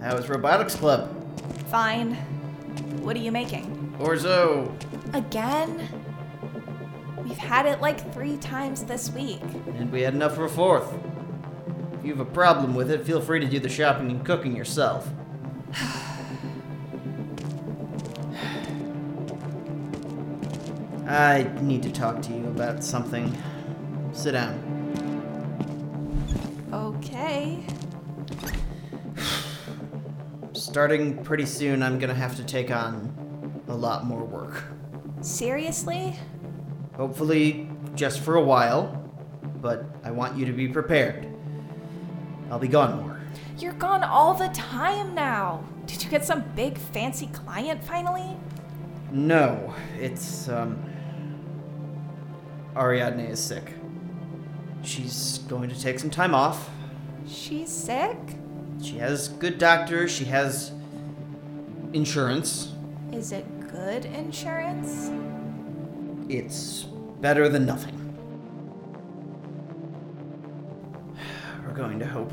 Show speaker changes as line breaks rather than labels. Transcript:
That was Robotics Club.
Fine. What are you making?
Orzo.
Again? We've had it like three times this week.
And we had enough for a fourth. If you have a problem with it, feel free to do the shopping and cooking yourself. I need to talk to you about something. Sit down.
Okay.
Starting pretty soon, I'm gonna have to take on a lot more work.
Seriously?
Hopefully, just for a while, but I want you to be prepared. I'll be gone more.
You're gone all the time now. Did you get some big fancy client finally?
No, it's, um. Ariadne is sick. She's going to take some time off.
She's sick?
She has good doctors, she has insurance.
Is it good insurance?
It's better than nothing. We're going to hope